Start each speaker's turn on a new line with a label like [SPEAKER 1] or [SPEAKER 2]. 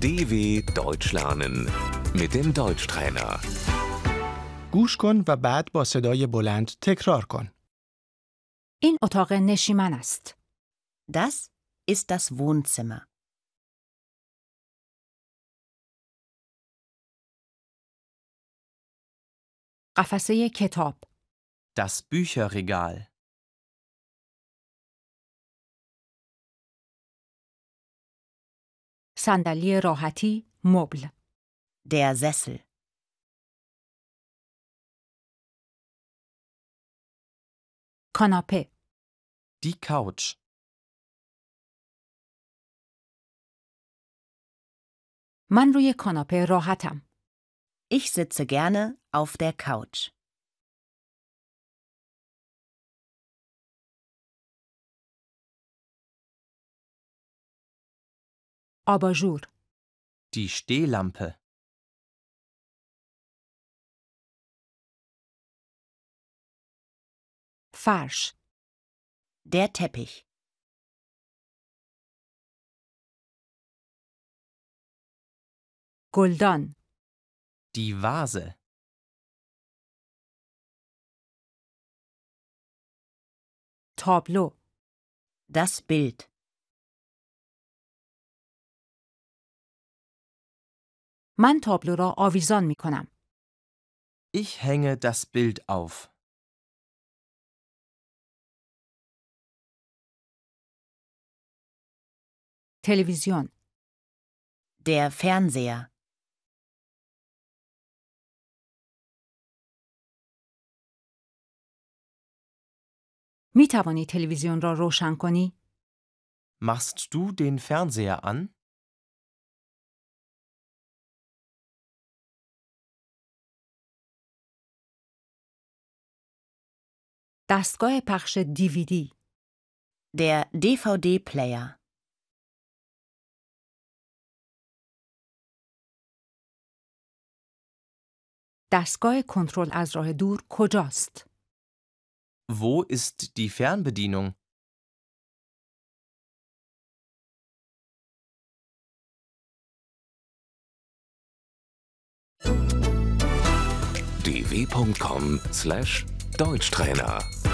[SPEAKER 1] DW Deutsch lernen mit dem Deutschtrainer.
[SPEAKER 2] گوش کن و بعد با صدای بلند تکرار کن.
[SPEAKER 3] این اتاق نشیمن است.
[SPEAKER 4] Das ist das Wohnzimmer.
[SPEAKER 3] قفسه کتاب،
[SPEAKER 5] Das Bücherregal.
[SPEAKER 3] صندلی راحتی، مبل،
[SPEAKER 4] Der Sessel.
[SPEAKER 3] کاناپه،
[SPEAKER 5] Die Couch.
[SPEAKER 3] من روی کاناپه راحتم.
[SPEAKER 4] Ich sitze gerne auf der Couch.
[SPEAKER 3] آباژور،
[SPEAKER 5] Die Stehlampe.
[SPEAKER 3] فرش،
[SPEAKER 4] Der Teppich.
[SPEAKER 3] گلدان،
[SPEAKER 5] Die Vase.
[SPEAKER 3] تابلو،
[SPEAKER 4] Das Bild.
[SPEAKER 3] من تابلو را آویزان می کنم.
[SPEAKER 5] Ich hänge das Bild auf.
[SPEAKER 3] تلویزیون،
[SPEAKER 4] Der Fernseher.
[SPEAKER 3] می توانی تلویزیون را روشن کنی؟
[SPEAKER 5] Machst du den Fernseher an?
[SPEAKER 3] دستگاه پخش دیویدی،
[SPEAKER 4] Der DVD-Player.
[SPEAKER 3] دستگاه کنترل از راه دور کجاست؟
[SPEAKER 5] Wo ist die Fernbedienung?
[SPEAKER 1] dw.com/deutschtrainer